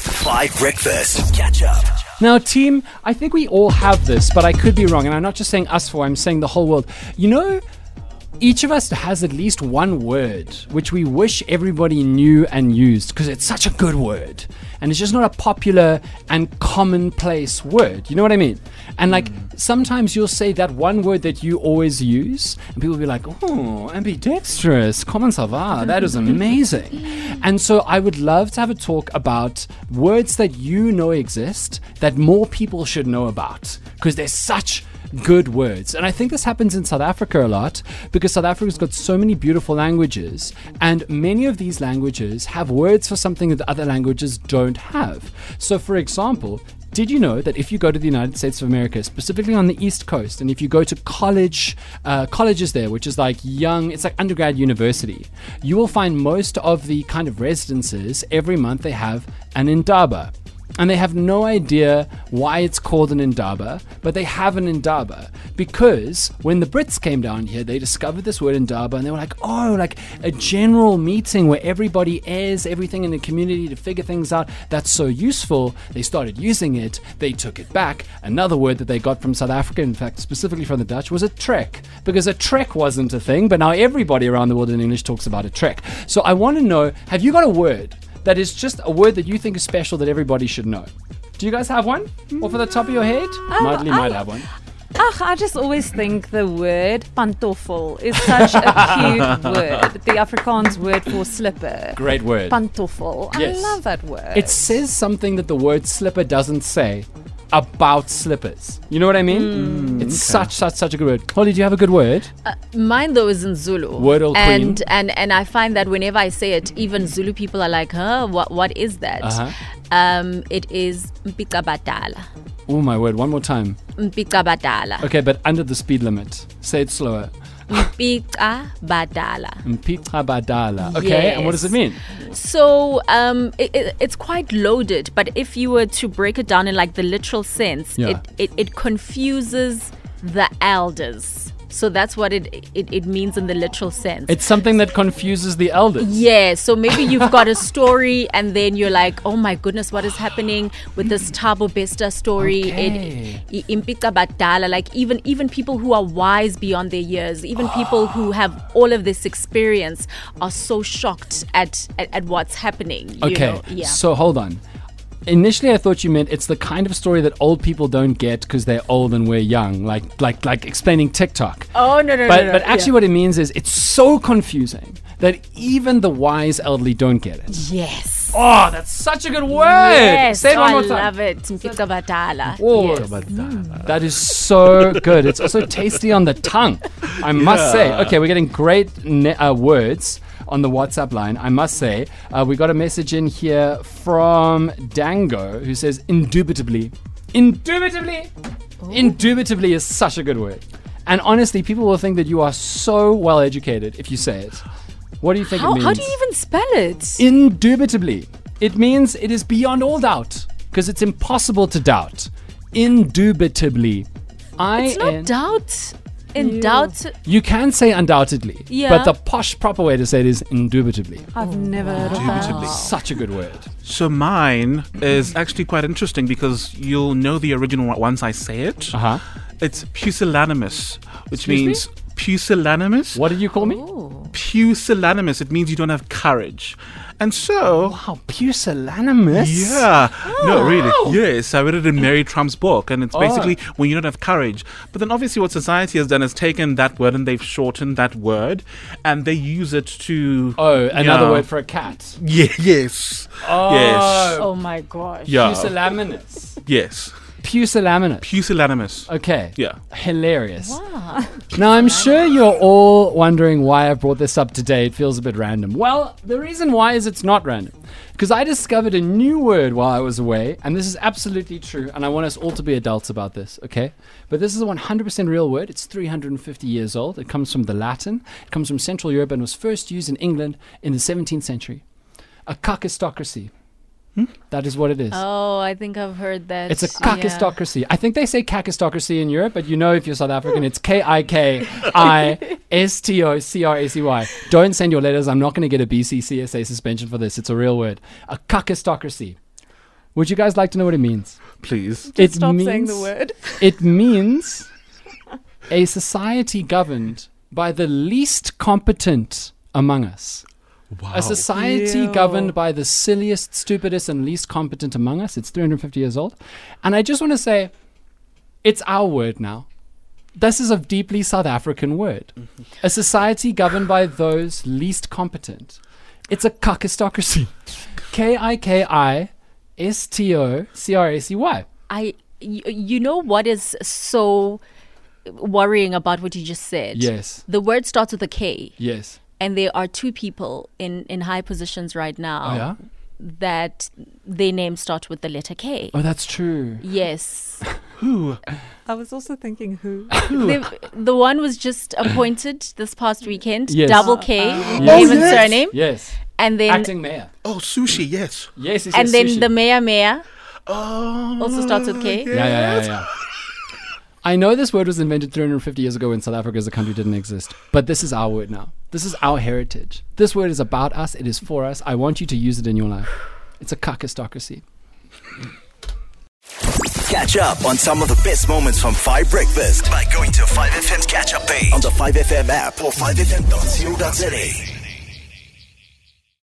Five Breakfast. Catch up. Now, team, I think we all have this, but I could be wrong. And I'm not just saying us four, I'm saying the whole world. You know, each of us has at least one word which we wish everybody knew and used because it's such a good word. And it's just not a popular and commonplace word. You know what I mean? And like sometimes you'll say that one word that you always use, and people will be like, oh, ambidextrous, comment ça va, that is amazing. and so I would love to have a talk about words that you know exist that more people should know about because they're such good words. And I think this happens in South Africa a lot because South Africa's got so many beautiful languages, and many of these languages have words for something that other languages don't have. So, for example, did you know that if you go to the United States of America, specifically on the East Coast, and if you go to college, uh, colleges there, which is like young, it's like undergrad university, you will find most of the kind of residences every month they have an indaba and they have no idea why it's called an indaba, but they have an indaba because when the Brits came down here, they discovered this word indaba and they were like, oh, like a general meeting where everybody airs everything in the community to figure things out. That's so useful. They started using it, they took it back. Another word that they got from South Africa, in fact, specifically from the Dutch, was a trek because a trek wasn't a thing, but now everybody around the world in English talks about a trek. So I want to know have you got a word? that is just a word that you think is special that everybody should know. Do you guys have one? Off of the top of your head? Mightly might I- have one. Ugh, I just always think the word pantoffel is such a cute word. The Afrikaans word for slipper. Great word. Pantoffel. Yes. I love that word. It says something that the word slipper doesn't say about slippers. You know what I mean? it's such, such, such a good word. Holly, do you have a good word? Mine though is in Zulu. Wordle and queen. and and I find that whenever I say it, even Zulu people are like, "Huh, what what is that?" Uh-huh. Um, it is mpikabatala. Oh my word, one more time. Mpikabatala. Okay, but under the speed limit. Say it slower. Mpikabatala. Mpita badala. Okay, and what does it Yes. mean? So um, it, it, it's quite loaded, but if you were to break it down in like the literal sense, Yeah. it, it it confuses the elders. So that's what it it, it means in the literal sense. It's something that confuses the elders. Yeah, so maybe you've got a story and then you're like, oh my goodness, what is happening with this Tabo Besta story? Mm. Okay. It, impika badala, like even even people who are wise beyond their years, even people who have all of this experience are so shocked at at, at what's happening. you Okay. know? Yeah. So hold on. Initially, I thought you meant it's the kind of story that old people don't get because they're old and we're young, like like like explaining TikTok. Oh, no, no, no, but, no, But yeah. actually, what it means is it's so confusing that even the wise elderly don't get it. yes. Oh, that's such a good word. yes. Say it one oh, more I time. love it. Impika badala. Oh, Mm. that is so good. It's also tasty on the tongue. I must say. Okay, we're getting great ne- uh, words on the WhatsApp line. I must say, uh, we got a message in here from Dango who says, indubitably, indubitably, indubitably is such a good word. And honestly, people will think that you are so well educated if you say it. What do you think it How, means? how do you even spell it? Indubitably. It means it is beyond all doubt because it's impossible to doubt. Indubitably. I It's not N- doubt. In doubt, You can say undoubtedly, Yeah. but the posh proper way to say it is indubitably. I've never heard of that. Indubitably. Such a good word. So mine is actually quite interesting because you'll know the original one once I say it. Uh-huh. It's pusillanimous, which Excuse me? means pusillanimous. What did you call me? Pusillanimous. It means you don't have courage. And so, Wow, pusillanimous. yeah, Oh, no, really, yes, I read it in Mary Trump's book, and it's basically when you don't have courage. But then, obviously, what society has done is taken that word and they've shortened that word, and they use it to Oh, another Yeah. word for a cat. yeah, yes, yes, Oh, Oh my gosh. yeah, pusillanimous. yes, Pusillanimous. pusillanimous. Okay. Yeah. Hilarious. Now, I'm sure you're all wondering why I brought this up today. It feels a bit random. Well, the reason why is it's not random. Because I discovered a new word while I was away, and this is absolutely true, and I want us all to be adults about this, okay? But this is a 100% real word. It's 350 years old. It comes from the Latin, it comes from Central Europe, and was first used in England in the 17th century. A cuckistocracy. That is what it is. oh, I think I've heard that. It's a Yeah. kakistocracy. I think they say kakistocracy in Europe, but you know if you're South African, it's K I K I S T O C R A C Y. Don't send your letters. I'm not going to get a BCCSA suspension for this. It's a real word. A kakistocracy. Would you guys like to know what it means? Please. It Stop saying the word. It means a society governed by the least competent among us. Wow. A society Ew. governed by the silliest, stupidest, and least competent among us. It's 350 years old. And I just want to say, it's our word now. This is a deeply South African word. A society governed by those least competent. It's a kakistocracy. K I K I S T O C R A C Y. I, you, you know what is so worrying about what you just said? Yes. The word starts with a K, Yes. and there are two people in, in high positions right now Oh, yeah? that their names start with the letter K. Oh, that's true. Yes. I was also thinking who. the, the one was just appointed this past weekend, Yes. double K, Oh. Yes. name and yes. surname. Yes. And then Acting mayor. Oh, sushi, yes. Yes. yes and yes, then sushi. the mayor mayor Oh. also starts with K. Yeah, yeah, yeah, yeah. I know this word was invented 350 years ago when South Africa as a country didn't exist, but this is our word now. This is our heritage. This word is about us. It is for us. I want you to use it in your life. It's a kakistocracy. Catch up on some of the best moments from 5 Breakfast by going to 5FM's catch up page on the 5FM app or 5FM.co.za.